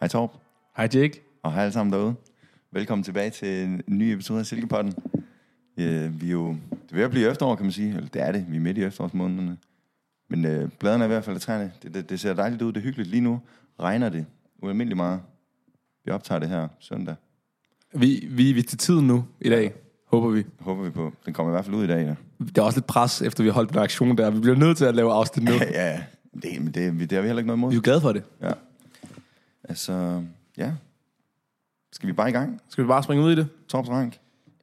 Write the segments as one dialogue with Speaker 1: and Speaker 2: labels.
Speaker 1: Hej Torb,
Speaker 2: Hej Jake.
Speaker 1: og hej alle sammen derude. Velkommen tilbage til en ny episode af Silkepotten. Øh, vi er jo, det er ved at blive efterår, kan man sige. Eller det er det, vi er midt i efterårsmånederne. Men øh, bladene er i hvert fald af træerne. Det, det, det ser dejligt ud, det er hyggeligt. Lige nu regner det ualmindeligt meget. Vi optager det her søndag.
Speaker 2: Vi, vi, vi er til tiden nu i dag, håber vi.
Speaker 1: Det håber vi på. Den kommer i hvert fald ud i dag, ja.
Speaker 2: Der er også lidt pres, efter vi har holdt den aktion der. Vi bliver nødt til at lave afsnit nu.
Speaker 1: Ja, ja. Det, men det, det har vi heller ikke noget imod.
Speaker 2: Vi er jo glade for det.
Speaker 1: Ja. Altså, ja. Skal vi bare i gang?
Speaker 2: Skal vi bare springe ud i det?
Speaker 1: Torps Rank.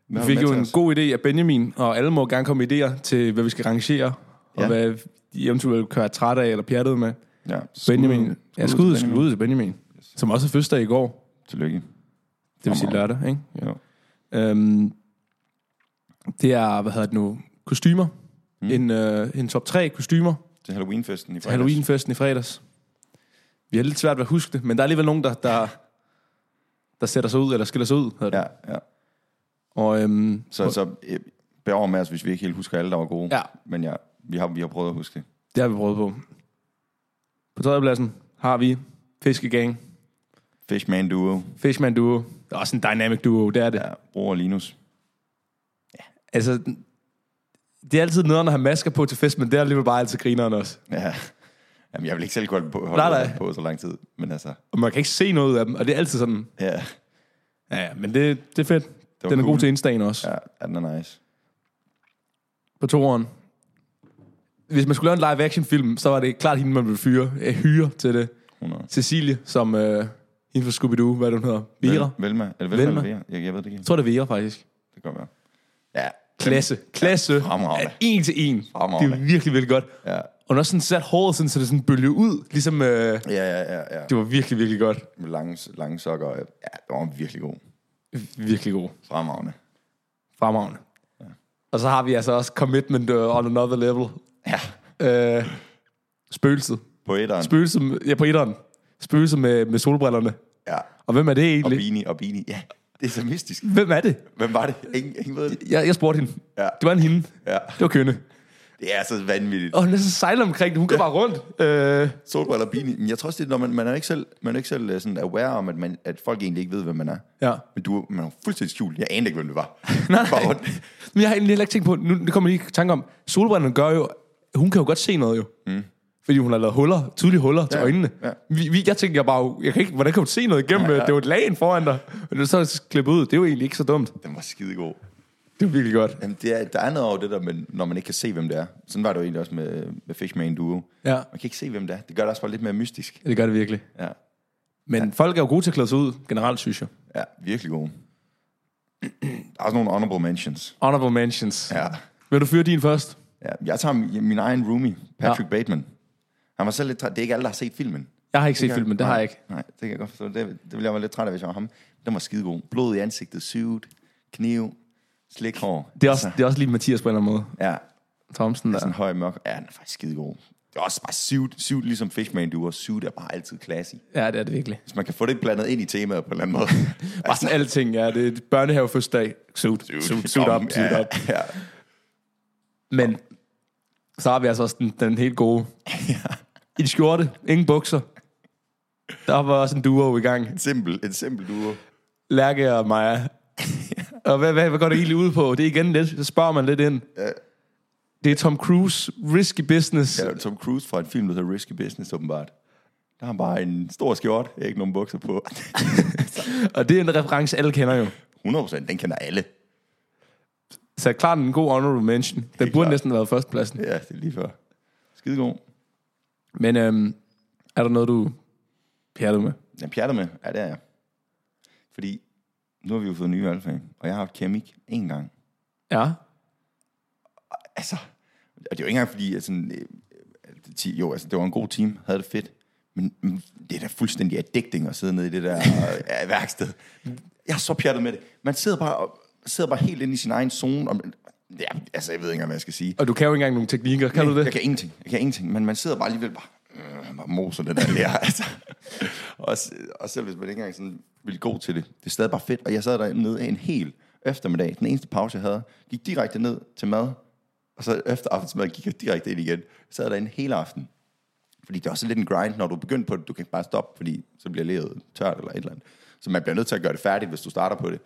Speaker 2: Vi fik jo en god idé af Benjamin, og alle må gerne komme med idéer til, hvad vi skal rangere, og
Speaker 1: Ja.
Speaker 2: hvad de eventuelt kan være træt af eller pjattet med.
Speaker 1: ja,
Speaker 2: Benjamin.
Speaker 1: skud-
Speaker 2: ja,
Speaker 1: skud ud
Speaker 2: skud,
Speaker 1: til
Speaker 2: skud ud til Benjamin, som også er fødselsdag i går.
Speaker 1: Tillykke.
Speaker 2: Det vil sige
Speaker 1: Fremragende.
Speaker 2: lørdag, ikke?
Speaker 1: Jo.
Speaker 2: Øhm, det er, hvad hedder det nu, kostymer. Mm. En, øh, en top 3 kostymer.
Speaker 1: Til Halloweenfesten i fredags.
Speaker 2: Halloweenfesten i fredags. Vi har lidt svært ved at huske det, men der er alligevel nogen, der, der, der sætter sig ud, eller skiller sig ud. Hedder det.
Speaker 1: Ja, ja.
Speaker 2: Og, øhm,
Speaker 1: Så, så øh, bær over med os, hvis vi ikke helt husker alle, der var gode.
Speaker 2: Ja.
Speaker 1: Men ja, vi har, vi har prøvet at huske det.
Speaker 2: det har vi prøvet på. På tredjepladsen har vi Fiskegang,
Speaker 1: Fishman Duo.
Speaker 2: Fishman Duo. Det er også en dynamic duo, det er det. Ja.
Speaker 1: Ja, Bro og Linus.
Speaker 2: Altså, det er altid nederen at have masker på til fest, men det er alligevel bare altid grineren også.
Speaker 1: Ja. Jamen, jeg vil ikke selv kunne holde på, holde
Speaker 2: Nej, nej.
Speaker 1: på så lang tid. Men altså,
Speaker 2: Og man kan ikke se noget af dem, og det er altid sådan,
Speaker 1: ja.
Speaker 2: ja, ja men det, det er fedt.
Speaker 1: var
Speaker 2: Den er cool.
Speaker 1: cool.
Speaker 2: god til Insta'en også.
Speaker 1: Ja, ja, den er nice.
Speaker 2: på toeren. Hvis man skulle lave en live-action-film, så var det klart hende, man ville fyre, øh, hyre til det.
Speaker 1: 100.
Speaker 2: Cecilie, som øh, hende fra Scooby-Doo, hvad er det, hun hedder? Vera?
Speaker 1: Vel- Velma. Eller Velma.
Speaker 2: Velma.
Speaker 1: Velma. Jeg, jeg ved det ikke.
Speaker 2: Jeg tror, det er Vera, faktisk.
Speaker 1: Det kan godt være. Ja.
Speaker 2: Klasse. Klasse.
Speaker 1: fremragende.
Speaker 2: Er en til en. Det
Speaker 1: Fremragende.
Speaker 2: er virkelig, virkelig godt.
Speaker 1: Ja.
Speaker 2: Og hun har også sådan sat håret, sådan, så det sådan bølger ud. Ligesom, øh,
Speaker 1: Ja, ja, ja. ja.
Speaker 2: det var virkelig, virkelig godt.
Speaker 1: Med lange, lange sokker. Ja, det var virkelig god.
Speaker 2: Virkelig god.
Speaker 1: Fremragende.
Speaker 2: Fremragende. Og så har vi altså også Commitment uh, on Another Level.
Speaker 1: Ja.
Speaker 2: Øh, spøgelset.
Speaker 1: På etteren.
Speaker 2: Spøgelset, med- ja, på etteren. Spøgelset med, med solbrillerne.
Speaker 1: Ja.
Speaker 2: Og hvem er det
Speaker 1: Og
Speaker 2: egentlig?
Speaker 1: Beanie og Beanie. Ja, det er så mystisk.
Speaker 2: Hvem er det?
Speaker 1: Hvem var det? Ingen, ingen ved det.
Speaker 2: Jeg, jeg spurgte hende.
Speaker 1: Ja.
Speaker 2: Det var en hende.
Speaker 1: Ja.
Speaker 2: Det var kønne.
Speaker 1: Det er så vanvittigt.
Speaker 2: Og hun er så sejl omkring det. Hun går bare rundt. Øh,
Speaker 1: Solbriller og beanie. Men jeg tror også, det er, når man, man er ikke selv, man er ikke selv øh, sådan aware om, at, man, at folk egentlig ikke ved, hvem man er.
Speaker 2: ja.
Speaker 1: Men du man er fuldstændig skjult. Jeg anede ikke, hvem det var.
Speaker 2: Nej,
Speaker 1: Bare
Speaker 2: nej.
Speaker 1: rundt.
Speaker 2: Men jeg har egentlig heller ikke tænkt på, nu det kommer jeg lige i tanke om, solbrillerne gør jo, hun kan jo godt se noget jo. Mm. Fordi hun har lavet huller, tydelige huller til
Speaker 1: Ja,
Speaker 2: øjnene.
Speaker 1: ja.
Speaker 2: Vi, vi, jeg tænker bare, jeg kan ikke, hvordan kan hun se noget igennem?
Speaker 1: Nej,
Speaker 2: Nej,
Speaker 1: ja.
Speaker 2: ja. Det er jo et lagen foran dig. Men det er så klippet ud. Det er jo egentlig ikke så dumt.
Speaker 1: Den var skidegod.
Speaker 2: Det er virkelig godt.
Speaker 1: Jamen, det er, der er noget over det der, men, når man ikke kan se, hvem det er. Sådan var det jo egentlig også med, med Fishman Duo.
Speaker 2: Ja.
Speaker 1: Man kan ikke se, hvem det er. Det gør det også bare lidt mere mystisk.
Speaker 2: Det gør det virkelig.
Speaker 1: Ja,
Speaker 2: Men ja. folk er jo gode til at klæde sig ud, generelt, synes jeg.
Speaker 1: ja virkelig god. Der er også nogle honorable mentions.
Speaker 2: Honorable mentions.
Speaker 1: Ja.
Speaker 2: Vil du fyre din først?
Speaker 1: ja. Jeg tager min, min egen roomie, Patrick ja. Bateman. Han var selv lidt træt. Det er ikke alle, der har set filmen.
Speaker 2: Jeg har ikke set
Speaker 1: kan-
Speaker 2: filmen, det
Speaker 1: nej,
Speaker 2: har jeg ikke.
Speaker 1: Nej, det kan jeg godt forstå. Det, det ville jeg være lidt træt af, hvis jeg var ham. Den var skidegod. Blod i ansigtet, sygt, kniv, slikhår.
Speaker 2: Det er også, det er også lige Mathias på en eller anden måde.
Speaker 1: Ja,
Speaker 2: Thomsen der.
Speaker 1: sådan høj mørk. Ja, den er faktisk skidegod. Det er også bare sygt, sygt ligesom Fishman Duo. Sygt er bare altid classy.
Speaker 2: Ja, det er det virkelig.
Speaker 1: Hvis man kan få det blandet ind i temaet på en eller anden måde.
Speaker 2: Bare sådan alting, ja. Det er børnehave første dag. Suit, suit, suit
Speaker 1: Altså, Om,
Speaker 2: op, suit
Speaker 1: ja,
Speaker 2: op.
Speaker 1: Ja,
Speaker 2: Men så har vi altså også den, den helt gode. En skjorte, ingen bukser. Der var også en duo i gang.
Speaker 1: en simpel, en simpel duo.
Speaker 2: Lærke og Maja. Og hvad, hvad, hvad går det egentlig ud på? Det er igen lidt, så spørger man lidt ind. Det er Tom Cruise, risky business.
Speaker 1: Ja, Tom Cruise fra en film, der hedder Risky Business, åbenbart. Der har han bare en stor skjort, ikke nogen bukser på.
Speaker 2: Og det er en reference, alle kender jo.
Speaker 1: 100%, den kender alle.
Speaker 2: Så klart en god honorable mention. Den burde
Speaker 1: klart.
Speaker 2: næsten have været førstepladsen.
Speaker 1: Ja, det er lige før. Skidegod.
Speaker 2: Men øhm, er der noget, du pjatter med?
Speaker 1: Jeg pjatter med. Ja, det er jeg. Fordi nu har vi jo fået nye alfa, og jeg har haft kemik en gang.
Speaker 2: Ja.
Speaker 1: Altså, og det er jo ikke engang fordi, at sådan, øh, øh, ti- jo, altså, det var en god team, havde det fedt, men, men det er da fuldstændig addicting at sidde nede i det der øh, værksted. Jeg er så pjattet med det. Man sidder bare, og, sidder bare helt inde i sin egen zone, og, ja, altså, jeg ved ikke engang, hvad jeg skal sige.
Speaker 2: Og du kan jo ikke engang nogle teknikker, kan du det?
Speaker 1: Jeg kan ingenting. Jeg kan ingenting. Men man sidder bare alligevel bare, øh, bare moser den der lærer. altså. og, s- og selv hvis man ikke engang sådan ville gå til det, det er stadig bare fedt. Og jeg sad dernede en hel eftermiddag, den eneste pause, jeg havde, gik direkte ned til mad. Og så efter aftensmad gik jeg direkte ind igen. Sad der en hele aften. Fordi det er også lidt en grind, når du er begyndt på det. Du kan ikke bare stoppe, fordi så bliver levet tørt eller et eller andet. Så man bliver nødt til at gøre det færdigt, hvis du starter på det.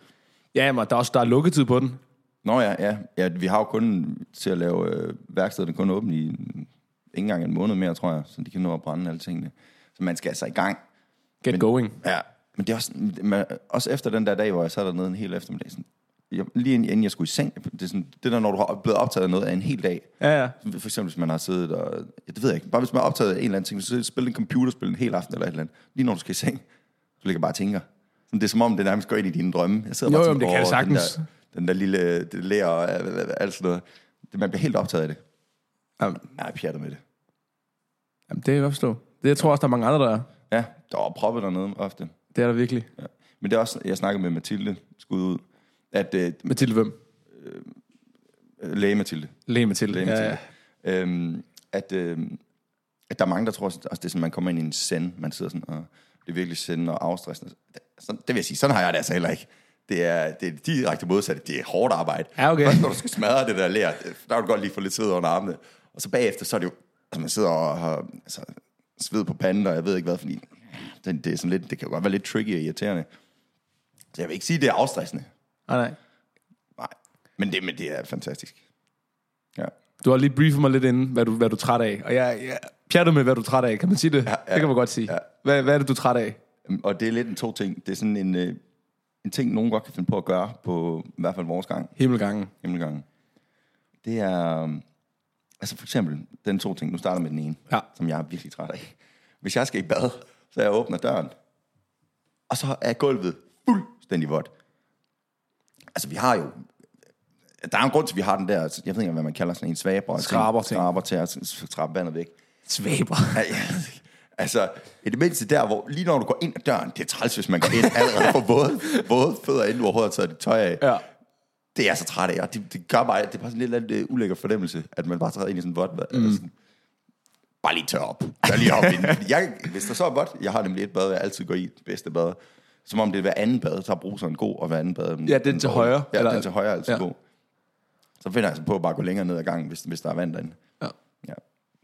Speaker 2: Ja, men der er også der er lukketid på den.
Speaker 1: Nå ja, ja. ja vi har jo kun til at lave øh, værkstedet, kun åbent i en- ikke engang en måned mere, tror jeg. Så de kan nå at brænde alle tingene. Så man skal altså i gang.
Speaker 2: Get
Speaker 1: Men-
Speaker 2: going.
Speaker 1: Ja, men det er også, man, også efter den der dag, hvor jeg sad dernede en hel eftermiddag, sådan, jeg, lige inden, inden jeg skulle i seng, det er sådan, det der, når du har blevet optaget af noget af en hel dag,
Speaker 2: Ja, ja.
Speaker 1: for eksempel hvis man har siddet og, ja, det ved jeg ikke, bare hvis man er optaget af en eller anden ting, så spiller en computerspil en hel aften eller et eller andet, lige når du skal i seng, så ligger jeg bare og tænker. Sådan, det er som om, det nærmest går ind i dine drømme. Jeg sidder
Speaker 2: Jo,
Speaker 1: bare
Speaker 2: jo,
Speaker 1: og tænker,
Speaker 2: men det kan det
Speaker 1: "Åh, den
Speaker 2: sagtens."
Speaker 1: Der, den der lille det lærer og alt sådan noget. Det, man bliver helt optaget af det.
Speaker 2: Jamen,
Speaker 1: Ja, jeg pjatter med det.
Speaker 2: jamen, det kan jeg godt forstå. Det jeg tror også, der er mange andre, der er.
Speaker 1: Ja, der er proppet dernede ofte.
Speaker 2: Det er der virkelig.
Speaker 1: Ja. Men det er også, jeg snakkede med Mathilde, skud ud, at øh,
Speaker 2: Mathilde hvem?
Speaker 1: læge Mathilde,
Speaker 2: Læge Mathilde.
Speaker 1: læge
Speaker 2: Ja, ja.
Speaker 1: Mathilde ja. øhm, at, øhm, at der er mange, der tror, at altså, det er sådan, man kommer ind i en send, man sidder sådan og det er virkelig send og afstressende. Sådan, det vil jeg sige, sådan har jeg det altså heller ikke. Det er, det er det direkte modsatte. Det er hårdt arbejde.
Speaker 2: Ja, okay.
Speaker 1: Først, når du skal smadre det der lær, der vil du godt lige få lidt sved under armene. Og så bagefter, så er det jo, altså man sidder og har altså, sved på panden, og jeg ved ikke hvad, fordi det, det, er sådan lidt, det kan jo godt være lidt tricky og irriterende. Så jeg vil ikke sige, at det er afstressende.
Speaker 2: Ah, nej.
Speaker 1: Nej, men det, men det er fantastisk. Ja.
Speaker 2: Du har lige briefet mig lidt inden, hvad du, hvad du er træt af. Og jeg, jeg pjatter med, hvad du er træt af. Kan man sige det? Ja, ja, det kan man godt sige. Ja. Hvad, hvad er det, du er træt af?
Speaker 1: Øhm, Og det er lidt en to ting. Det er sådan en, øh, en ting, nogen godt kan finde på at gøre, på i hvert fald vores gang,
Speaker 2: Himmelgangen.
Speaker 1: himmelgangen. Det er, øh, altså for eksempel, den to ting, nu starter med den ene,
Speaker 2: Ja.
Speaker 1: som jeg er virkelig træt af. Hvis jeg skal i bad, så jeg åbner døren, og så er gulvet fuldstændig vådt. Altså vi har jo, der er en grund til, at vi har den der, jeg ved ikke, engang, hvad man kalder sådan en svaber.
Speaker 2: Skraber ting.
Speaker 1: Skraber til at s- trappe vandet væk.
Speaker 2: Svaber.
Speaker 1: Ja, ja. Altså, i det mindste der, hvor lige når du går ind ad døren, det er træls, hvis man går ind allerede på våde, våde fødder, inden du overhovedet har taget dit tøj af.
Speaker 2: Ja.
Speaker 1: Det er jeg så træt af, og det, det gør bare, det er bare sådan en lidt uh, ulækker fornemmelse, at man bare træder ind i sådan en vådt, mm. eller sådan, bare lige tør op, tør lige op inden. Fordi Jeg, hvis der så er vådt, jeg har nemlig et bad, jeg altid går i, det bedste bad, som om det er hver anden bad, så har brug sådan god, og hver anden bad.
Speaker 2: Ja, den til højre,
Speaker 1: Ja,
Speaker 2: eller-
Speaker 1: den til højre er altid
Speaker 2: Ja.
Speaker 1: ja. god. Så finder jeg altså på at bare gå længere ned ad gangen, hvis, hvis der er vand derinde.
Speaker 2: ja.
Speaker 1: Ja.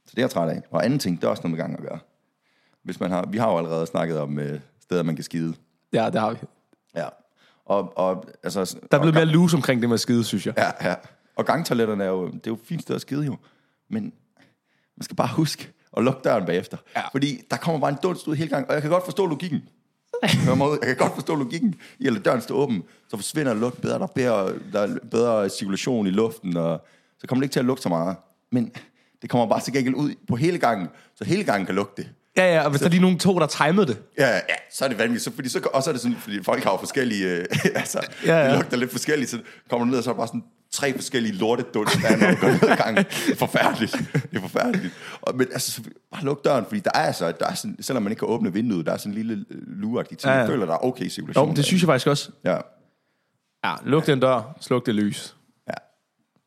Speaker 1: Så det er jeg træt af. Og anden ting, det er også noget med gang at gøre. Hvis man har, vi har jo allerede snakket om øh, steder, man kan skide.
Speaker 2: Ja, det har vi.
Speaker 1: Ja. Og, og, altså,
Speaker 2: Der er blevet
Speaker 1: og,
Speaker 2: mere loose omkring det med at skide, synes jeg. Ja.
Speaker 1: Ja, ja. Og gangtoiletterne er jo, det er jo et fint sted at skide jo. Men man skal bare huske at lukke døren bagefter.
Speaker 2: Ja.
Speaker 1: Fordi der kommer bare en dunst ud hele gangen. Og jeg kan godt forstå logikken. Hør mig ud. Jeg kan godt forstå logikken. I at lade døren stå åben, så forsvinder lugten bedre. Der er bedre, der er bedre cirkulation i luften, og så kommer det ikke til at lugte så meget. Men det kommer bare til gengæld ud på hele gangen, så hele gangen kan lugte det.
Speaker 2: ja, ja, og hvis der er lige nogen to, der timede det.
Speaker 1: Ja, ja, så er det vanvittigt. Så, fordi så, og så er det sådan, fordi folk har jo forskellige... Øh, altså,
Speaker 2: Ja,
Speaker 1: ja,
Speaker 2: ja.
Speaker 1: ja. det lugter lidt forskelligt. Så kommer du ned, og så er der bare sådan tre forskellige lortedunster, der er, når du går ned ad gangen. Det er forfærdeligt. Det er forfærdeligt. Og, men altså, så bare luk døren, fordi der er altså... Der er sådan, selvom man ikke kan åbne vinduet, der er sådan en lille øh, lueagtig ting.
Speaker 2: Ja,
Speaker 1: Ja,
Speaker 2: ja.
Speaker 1: ja. Jeg føler, der er okay cirkulation.
Speaker 2: Jo, men det synes jeg faktisk også.
Speaker 1: Ja,
Speaker 2: Ja, luk den dør, sluk det lys.
Speaker 1: ja.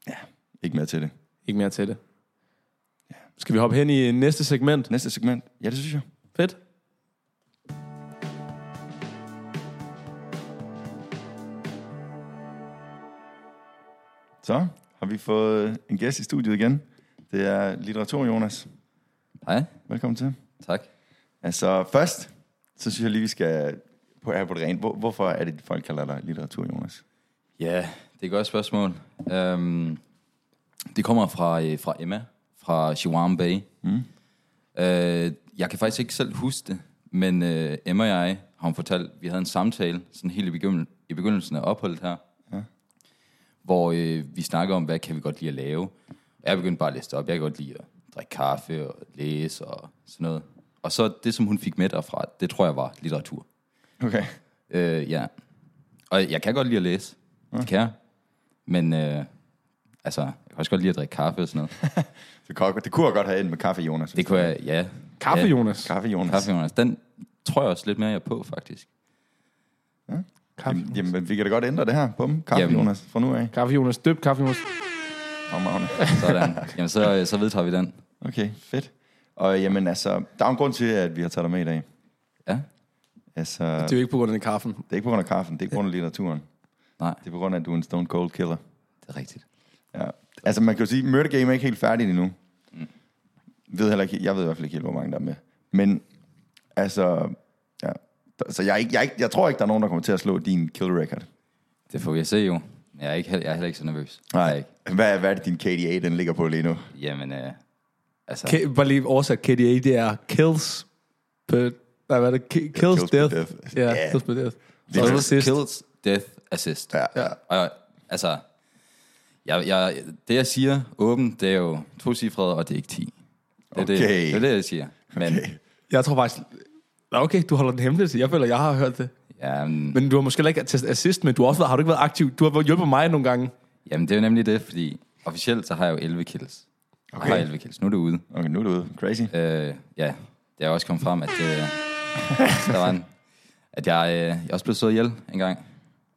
Speaker 1: Ja, ikke mere til det.
Speaker 2: Ikke mere til det. Skal vi hoppe hen i næste segment?
Speaker 1: Næste segment. Ja, det synes jeg.
Speaker 2: Fedt.
Speaker 1: Så har vi fået en gæst i studiet igen. Det er litteratur, Jonas.
Speaker 3: Hej.
Speaker 1: Velkommen til.
Speaker 3: Tak.
Speaker 1: Altså først, så synes jeg lige, vi skal på, her på det rene. Hvor, hvorfor er det, folk kalder dig litteratur, Jonas?
Speaker 3: Ja, det er et godt spørgsmål. Um, det kommer fra, øh, fra Emma, fra Shiwan Bay. Mm. Uh, jeg kan faktisk ikke selv huske det, men uh, Emma og jeg har hun fortalt, vi havde en samtale sådan helt i, begynd- i begyndelsen af opholdet her, ja. hvor øh, vi snakker om, hvad kan vi godt lide at lave. Jeg begyndte bare at læse det op. Jeg kan godt lide at drikke kaffe og læse og sådan noget. Og så det, som hun fik med derfra, det tror jeg var litteratur.
Speaker 1: Okay.
Speaker 3: Øh, ja. Og jeg kan godt lide at læse. Ja. Det kan jeg. Men øh, altså, jeg kan også godt lide at drikke kaffe og sådan noget.
Speaker 1: Det kunne, jeg- det kunne jeg godt have ind med kaffe, Jonas.
Speaker 3: Det kunne jeg, ja.
Speaker 2: Kaffe,
Speaker 3: ja.
Speaker 2: Jonas.
Speaker 1: Kaffe, Jonas.
Speaker 3: Kaffe, Jonas. Den tror jeg også lidt mere, jeg er på, faktisk.
Speaker 1: Kaffe, Jonas. Jamen, jamen, vi kan da godt ændre det her på dem. Kaffe,
Speaker 3: Jamen.
Speaker 1: jamen. Jonas, fra nu af.
Speaker 2: Kaffe, Jonas. Døb kaffe, Jonas.
Speaker 1: Om arvene.
Speaker 3: Sådan. Jamen, så, øh, så vedtager vi den.
Speaker 1: Okay, fedt. Og jamen altså, der er jo en grund til, at vi har taget dig med i dag.
Speaker 3: Ja?
Speaker 1: Altså,
Speaker 2: Det er jo ikke på grund af kaffen.
Speaker 1: det er ikke på grund af kaffen, det er ikke på grund af litteraturen.
Speaker 3: Nej,
Speaker 1: Det er på grund af, at du er en stone cold killer.
Speaker 3: det er rigtigt.
Speaker 1: Ja. Altså, man kan jo sige, at Murder Game er ikke helt færdigt endnu. ved heller ikke, jeg ved i hvert fald ikke helt, hvor mange der er med. Men altså, ja. Så jeg, er ikke, jeg, er ikke, jeg tror ikke, der er nogen, der kommer til at slå din kill record.
Speaker 3: Det får vi at se jo. Jeg er, ikke, jeg er heller ikke så nervøs. Jeg er
Speaker 1: Nej.
Speaker 3: ikke.
Speaker 1: Hvad, hvad er det, din KDA, den ligger på lige nu?
Speaker 3: Jamen, øh, altså,
Speaker 2: K- bare lige oversat KDA, det er kills per... Nej, hvad er det? Ki- kills,
Speaker 1: kills per
Speaker 2: death.
Speaker 1: death.
Speaker 2: Ja,
Speaker 1: Ja.
Speaker 2: kills per death.
Speaker 1: er
Speaker 2: Og
Speaker 1: sådan-
Speaker 2: assist.
Speaker 3: kills, death, assist.
Speaker 1: Ja. ja.
Speaker 3: Og, altså, jeg, jeg, det jeg siger åbent, det er jo to cifrede, og det er ikke 10. Det er, det,
Speaker 1: Okay.
Speaker 3: det, er det, jeg siger. Men, okay.
Speaker 2: Jeg tror faktisk... Nå, Okay, du holder den hemmelig til. Jeg føler, jeg har hørt det.
Speaker 3: jamen,
Speaker 2: Men du har måske heller ikke testet assist, men du har, også været, har du ikke været aktiv? Du har hjulpet mig nogle gange.
Speaker 3: jamen, det er jo nemlig det, fordi officielt så har jeg jo 11 kills. Okay. Jeg har 11 kills. Nu er det ude.
Speaker 1: Okay, nu er du ude. Crazy.
Speaker 3: Øh, ja, det er også kommet frem, at, øh, der var en, at jeg, øh, jeg er også blev slået ihjel en gang.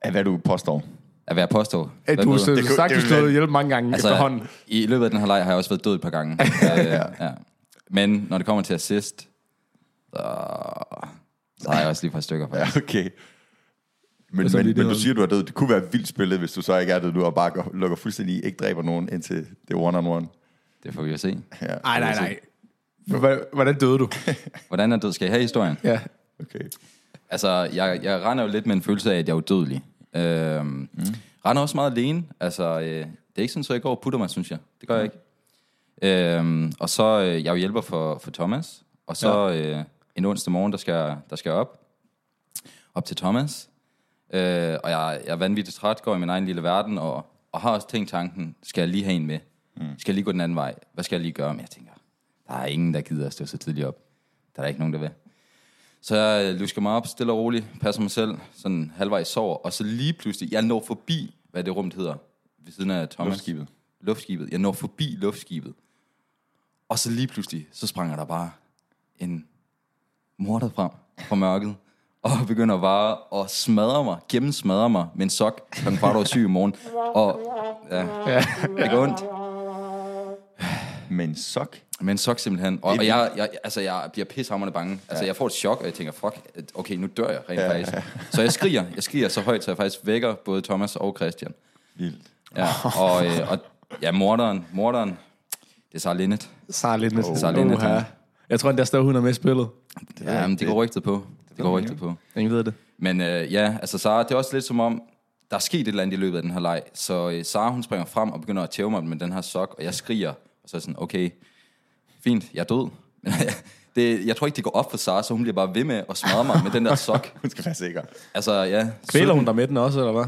Speaker 1: Af hvad du påstår.
Speaker 3: At være påstå.
Speaker 2: At du har
Speaker 1: Det kunne-
Speaker 2: sagt,
Speaker 1: det
Speaker 2: du
Speaker 1: ville
Speaker 2: slået
Speaker 1: være-
Speaker 2: hjælp mange gange altså, efterhånden.
Speaker 3: I løbet af den her leg har jeg også været død et par gange. øh, ja. Men når det kommer til assist, så, så har jeg også lige et par stykker for.
Speaker 1: Ja, okay. Men,
Speaker 2: er sådan
Speaker 1: men,
Speaker 2: lige
Speaker 1: men
Speaker 2: det
Speaker 1: du
Speaker 2: her.
Speaker 1: siger, du er død. Det kunne være vildt spillet, hvis du så ikke er død. Du og bare går, lukker fuldstændig i, ikke dræber nogen, indtil det er one-on-one.
Speaker 3: Det får vi jo se.
Speaker 1: Ja,
Speaker 2: Nej, nej, nej. Hva- Hvordan døde du?
Speaker 3: Hvordan er død? Skal I have historien?
Speaker 2: ja.
Speaker 1: Okay.
Speaker 3: Altså, jeg, jeg render jo lidt med en følelse af, at jeg er udødelig. Øhm, mm. Render også meget alene. Altså, øh, det er ikke sådan, så jeg går og putter mig, synes jeg. Det gør jeg ikke. Øhm, og så, øh, jeg er jo hjælper for, for Thomas. Og så øh, en onsdag morgen, der skal, jeg- der skal jeg op. Op til Thomas. Øh, og jeg, jeg er vanvittigt træt, går i min egen lille verden, og, og har også tænkt tanken, skal jeg lige have en med? Mm. Skal jeg lige gå den anden vej? Hvad skal jeg lige gøre? Men jeg tænker, der er ingen, der gider at stå så tidligt op. Der er der ikke nogen, der vil. Så jeg øh, lusker mig op stille og roligt, passer mig selv, sådan halvvejs sover, og så lige pludselig, jeg når forbi, hvad det rum det hedder, ved siden af Thomas.
Speaker 1: Luftskibet.
Speaker 3: Luftskibet. Jeg når forbi luftskibet. Og så lige pludselig, så springer der bare en morder frem fra mørket, og begynder bare at smadre mig, gennemsmadre mig med en sok kl. kvart over syv i morgen. Og ja, det går ondt.
Speaker 1: Men sok.
Speaker 3: Men sok simpelthen. Og, og jeg, jeg, altså, jeg bliver pissehammerende bange. Altså, jeg får et chok, og jeg tænker, fuck, okay, nu dør jeg rent faktisk. Så jeg skriger. Jeg skriger så højt, så jeg faktisk vækker både Thomas og Christian.
Speaker 1: Vildt.
Speaker 3: Ja, og, øh, og ja, morderen, morderen, det er Sarah Linnet.
Speaker 2: Sarah Lindet. Oh,
Speaker 3: Sarah Linnet, ja.
Speaker 2: Jeg tror, der står hun er med i spillet.
Speaker 3: Ja, men det går rygtet på. Det går rygtet på.
Speaker 2: Ingen ved det.
Speaker 3: Men øh, ja, altså Sara, det er også lidt som om, der er sket et eller andet i løbet af den her leg. Så øh, Sara, hun springer frem og begynder at tæve mig med den her sok, og jeg skriger. Og så er jeg sådan, okay, fint, jeg er død. Men det, jeg tror ikke, det går op for Sara, så hun bliver bare ved med at smadre mig med den der sok.
Speaker 1: Hun skal være sikker.
Speaker 3: Altså ja,
Speaker 2: Kvæler hun
Speaker 3: 17
Speaker 2: dig med den også, eller hvad?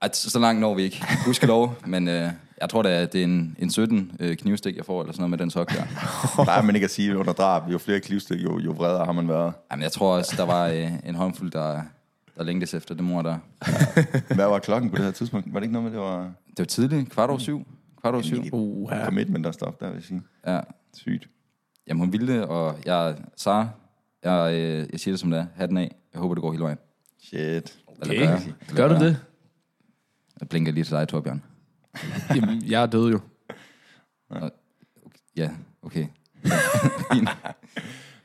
Speaker 3: At, så langt når vi ikke. Gudskelov, men øh, jeg tror da, at det er en, en 17 øh, knivstik, jeg får, eller sådan noget med den sok der.
Speaker 1: Nej, men ikke at sige under drab. Jo flere klivstik, jo, jo vredere har man været.
Speaker 3: Jamen, jeg tror også, der var øh, en håndfuld, der, der længtes efter det mor der.
Speaker 1: Hvad var klokken på det her tidspunkt? Var det ikke noget med, det var
Speaker 3: Det var tidligt, kvart over syv. Kvart over syv.
Speaker 2: Uh, ja.
Speaker 1: commitment, der stod op der, vil jeg sige.
Speaker 3: Ja,
Speaker 1: Sygt.
Speaker 3: Jamen, hun ville det, og jeg, Sara, jeg, øh, jeg siger det som det er. Hatten af. Jeg håber, det går hele vejen.
Speaker 1: Shit.
Speaker 3: Eller gør jeg? Eller
Speaker 2: Gør du
Speaker 3: gør jeg?
Speaker 2: det?
Speaker 3: Jeg blinker lige til dig, Torbjørn.
Speaker 2: Jamen, jeg er død jo.
Speaker 3: Ja, okay.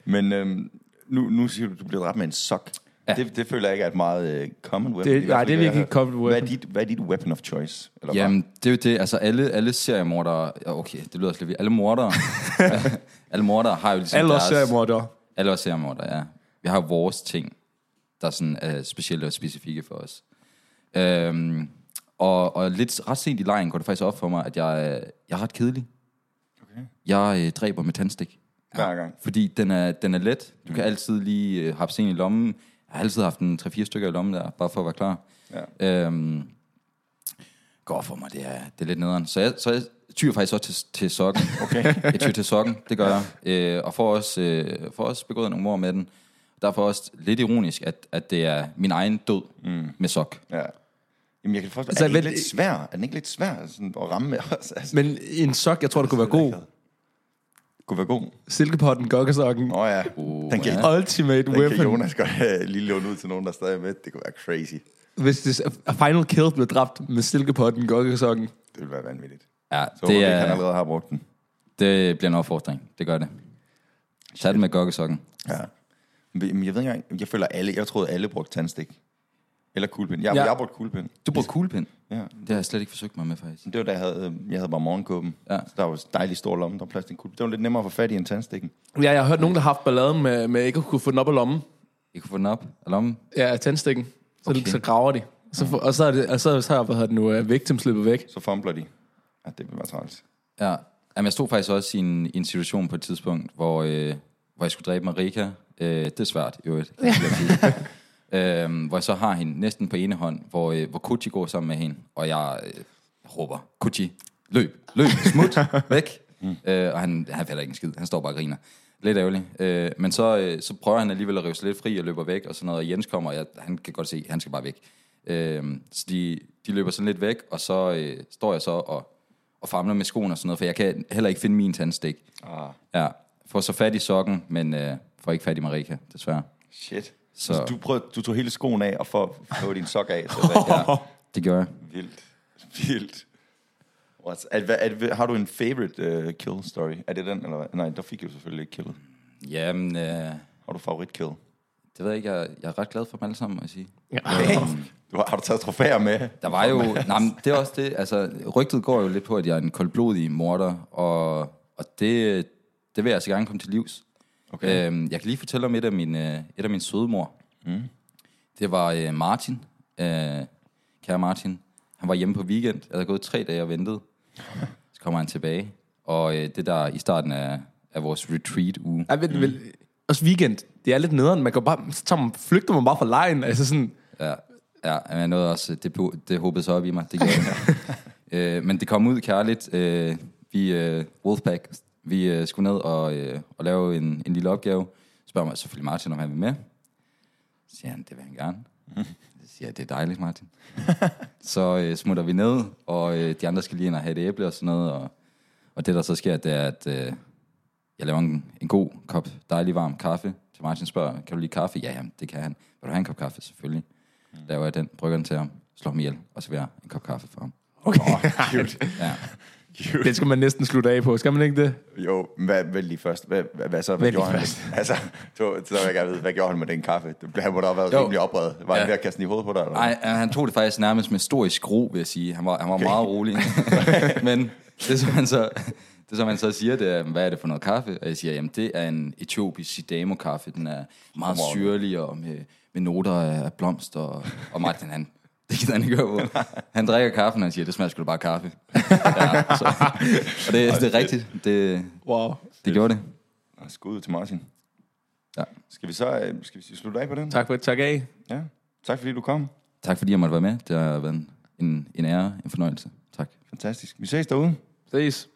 Speaker 1: Men øhm, nu, nu siger du, du bliver dræbt med en sok. Ja. Det, det føler jeg ikke er et meget uh, common weapon.
Speaker 2: Det-
Speaker 1: i hvert
Speaker 2: nej,
Speaker 1: fald
Speaker 2: det er
Speaker 1: ikke,
Speaker 2: virkelig
Speaker 1: hvad jeg
Speaker 2: et common
Speaker 1: har hørt. Hvad
Speaker 2: weapon.
Speaker 1: er dit, hvad er dit weapon of choice? Eller hvad?
Speaker 3: Jamen, det er jo det. Altså, alle, alle seriemordere... ja, Okay, det lyder også lidt vildt. Alle mordere... alle mordere har jo ligesom
Speaker 2: Alle os
Speaker 3: deres...
Speaker 2: seriemordere.
Speaker 3: Alle os seriemordere, ja. Vi har vores ting, der sådan er specielle og specifikke for os. Øhm, og, og lidt ret sent i lejen går det faktisk op for mig, at jeg, øh, jeg er ret kedelig. Okay. Jeg øh, dræber med tandstik.
Speaker 1: Hver gang.
Speaker 3: Fordi den er, den er let. Du kan altid lige øh, have en i lommen. Jeg har altid haft en 3-4 stykker i lommen der, bare for at være klar. Ja. Øhm, går for mig, det er, det er lidt nederen. Så jeg, så jeg tyrer faktisk også til, til sokken. Okay. jeg tyrer til sokken, det gør jeg. Øh, og får også, øh, får også begået nogle mor med den. Derfor også lidt ironisk, at, at det er min egen død mm. med sok.
Speaker 1: Ja. Jamen, jeg kan forstå, altså,
Speaker 2: Altså,
Speaker 1: er, den ikke
Speaker 2: men-
Speaker 1: lidt svær? er den ikke lidt svær sådan, at ramme med os? Altså,
Speaker 2: Men en sok, jeg tror, det kunne være god.
Speaker 1: kunne være god.
Speaker 2: Silkepotten, gokkesokken.
Speaker 1: Åh oh, ja, uh, den kan, ja.
Speaker 2: Ultimate
Speaker 1: den kan
Speaker 2: weapon.
Speaker 1: Jonas godt have lige låne ud til nogen, der er stadig er med. Det kunne være crazy.
Speaker 2: Hvis det, a final kill blev dræbt med silkepotten, gokkesokken.
Speaker 1: Det ville være vanvittigt.
Speaker 3: Ja,
Speaker 1: Så
Speaker 3: det,
Speaker 1: det er... han
Speaker 3: er,
Speaker 1: allerede har brugt den.
Speaker 3: det bliver en opfordring. Det gør det. Tag den med gokkesokken.
Speaker 1: Ja. Men jeg ved ikke engang, jeg føler alle, jeg troede alle brugte tandstik. Eller kuglepen. Jeg, ja.
Speaker 2: Ja.
Speaker 1: jeg brugte kuglepen.
Speaker 3: Du bruger kuglepind.
Speaker 1: Ja.
Speaker 3: Det har jeg slet ikke forsøgt mig med, faktisk.
Speaker 1: Det var da jeg havde, øh, jeg havde bare morgenkåben.
Speaker 3: Ja.
Speaker 1: Så der var en dejlig stor lomme, der var plads til en kuglepen. Det var lidt nemmere at få fat i end tandstikken.
Speaker 2: Ja, jeg har hørt nogen, der har haft balladen med, med ikke at kunne få den op af lommen.
Speaker 3: Jeg kunne få den op af lommen.
Speaker 2: Ja, tændstikken. Så, okay. så graver de. Så for, og så er det, og så, så er, hvad hedder det nu, uh, victim slippet væk.
Speaker 1: Så fumbler de. Ja, det var træls.
Speaker 3: Ja. Jamen, jeg stod faktisk også i en, i en situation på et tidspunkt, hvor, øh, hvor jeg skulle dræbe Marika. Øh, det er svært, jo. Det kan jeg ikke sige. øhm, hvor jeg så har hende næsten på ene hånd, hvor, øh, hvor Kuchi går sammen med hende, og jeg, øh, jeg råber, Kuchi, løb, løb, smut, væk. Øh, og han, han falder ikke en skid, han står bare og griner. Lidt ærgerligt. Øh, men så, øh, så prøver han alligevel at rive sig lidt fri og løber væk, og sådan noget. Og Jens kommer, og jeg, han kan godt se, at han skal bare væk. Øh, så de, de løber sådan lidt væk, og så øh, står jeg så og og famler med skoen og sådan noget, for jeg kan heller ikke finde min tandstik.
Speaker 1: Ah,
Speaker 3: Ja, får så fat i sokken, men øh, får ikke fat i Marika, desværre.
Speaker 1: shit. Så,
Speaker 3: Så-
Speaker 1: så du, prøvede, du tog hele skoen af og for at få din sok af. Så det er
Speaker 3: Det gør jeg.
Speaker 1: vildt. Vildt. What's, er, hvad, er, det- har du en favorite uh, kill story? Er det den? Eller hvad? Nej, der fik jeg jo selvfølgelig ikke killet.
Speaker 3: Jamen, øh,
Speaker 1: Har du favorit kill?
Speaker 3: det ved jeg ikke, jeg, jeg er ret glad for dem alle sammen, må jeg sige.
Speaker 1: Du har, har du taget trofæer med?
Speaker 3: Der var jo, nej, men det er også det, altså rygtet går jo lidt på, at jeg er en koldblodig morder, og, og det, det vil jeg altså gerne komme til livs.
Speaker 1: Okay.
Speaker 3: Øhm, jeg kan lige fortælle om et af mine, øh, et af mine søde mor. Mm. Det var øh, Martin, øh, kære Martin. Han var hjemme på weekend, jeg havde gået tre dage og ventet. Så kommer han tilbage, og øh, det der i starten af, af vores retreat-uge,
Speaker 2: Ja, vel, vel, også weekend, det er lidt nederen. Man går bare, så tager man, flygter man bare fra lejen. Altså sådan,
Speaker 3: Ja, ja men jeg nåede også, det, bo- det håbede sig op i mig, det gjorde det. øh, men det kom ud kærligt. Øh, vi, øh, Wolfpack, vi øh, skulle ned og, øh, og lave en, en lille opgave. Spørger mig selvfølgelig Martin, om han vil med. Så siger han, det vil han gerne. Så siger jeg, det er dejligt, Martin. så øh, smutter vi ned, og øh, de andre skal lige ind og have et æble og sådan noget. Og, og det, der så sker, det er, at øh, jeg laver en, en god kop dejlig varm kaffe. Til Martin spørger, kan du lide kaffe? Ja, jamen, det kan han. Vil du have en kop kaffe? Selvfølgelig. Mm. Laver jeg den, brygger den til ham, slår ham ihjel, og serverer en kop kaffe for ham.
Speaker 2: okay,
Speaker 3: Ja.
Speaker 2: det skal man næsten slutte af på. Skal man ikke det?
Speaker 1: Jo, hvad, vel lige først. Hvad, hvad, hvad så? Hvad
Speaker 2: Vælg
Speaker 1: gjorde han?
Speaker 2: lige
Speaker 1: Altså, så, så vil jeg gerne vide, hvad gjorde han med den kaffe? Det blev- han må da have været
Speaker 3: Jo.
Speaker 1: rimelig opredet. Var ja. han
Speaker 3: Ja.
Speaker 1: ved at kaste den i hovedet på dig? Eller?
Speaker 3: Ej, han tog det faktisk nærmest med stor skro, vil jeg sige. Han var, han var okay. meget rolig. Men det som, han så, det, som han så siger, det er, hvad er det for noget kaffe? Og jeg siger, jamen det er en etiopisk sidamo-kaffe. Den er
Speaker 1: Godmorgen.
Speaker 3: meget syrlig og med, med noter af blomster. Og, og Martin, han, det gider han ikke høre på. Han drikker kaffen, og han siger, det smager sgu da bare kaffe. Ja, så, og det, det er rigtigt. Det,
Speaker 2: Wow.
Speaker 3: det gjorde det.
Speaker 1: Nå, Skud ud til Martin.
Speaker 3: Ja.
Speaker 1: Skal vi så øh, skal vi slutte af på den?
Speaker 2: Tak for et tak af.
Speaker 1: Ja. tak fordi du kom.
Speaker 3: Tak fordi jeg måtte være med. Det har været en, en, en ære, en fornøjelse. Tak.
Speaker 1: Fantastisk. Vi ses derude.
Speaker 2: Ses.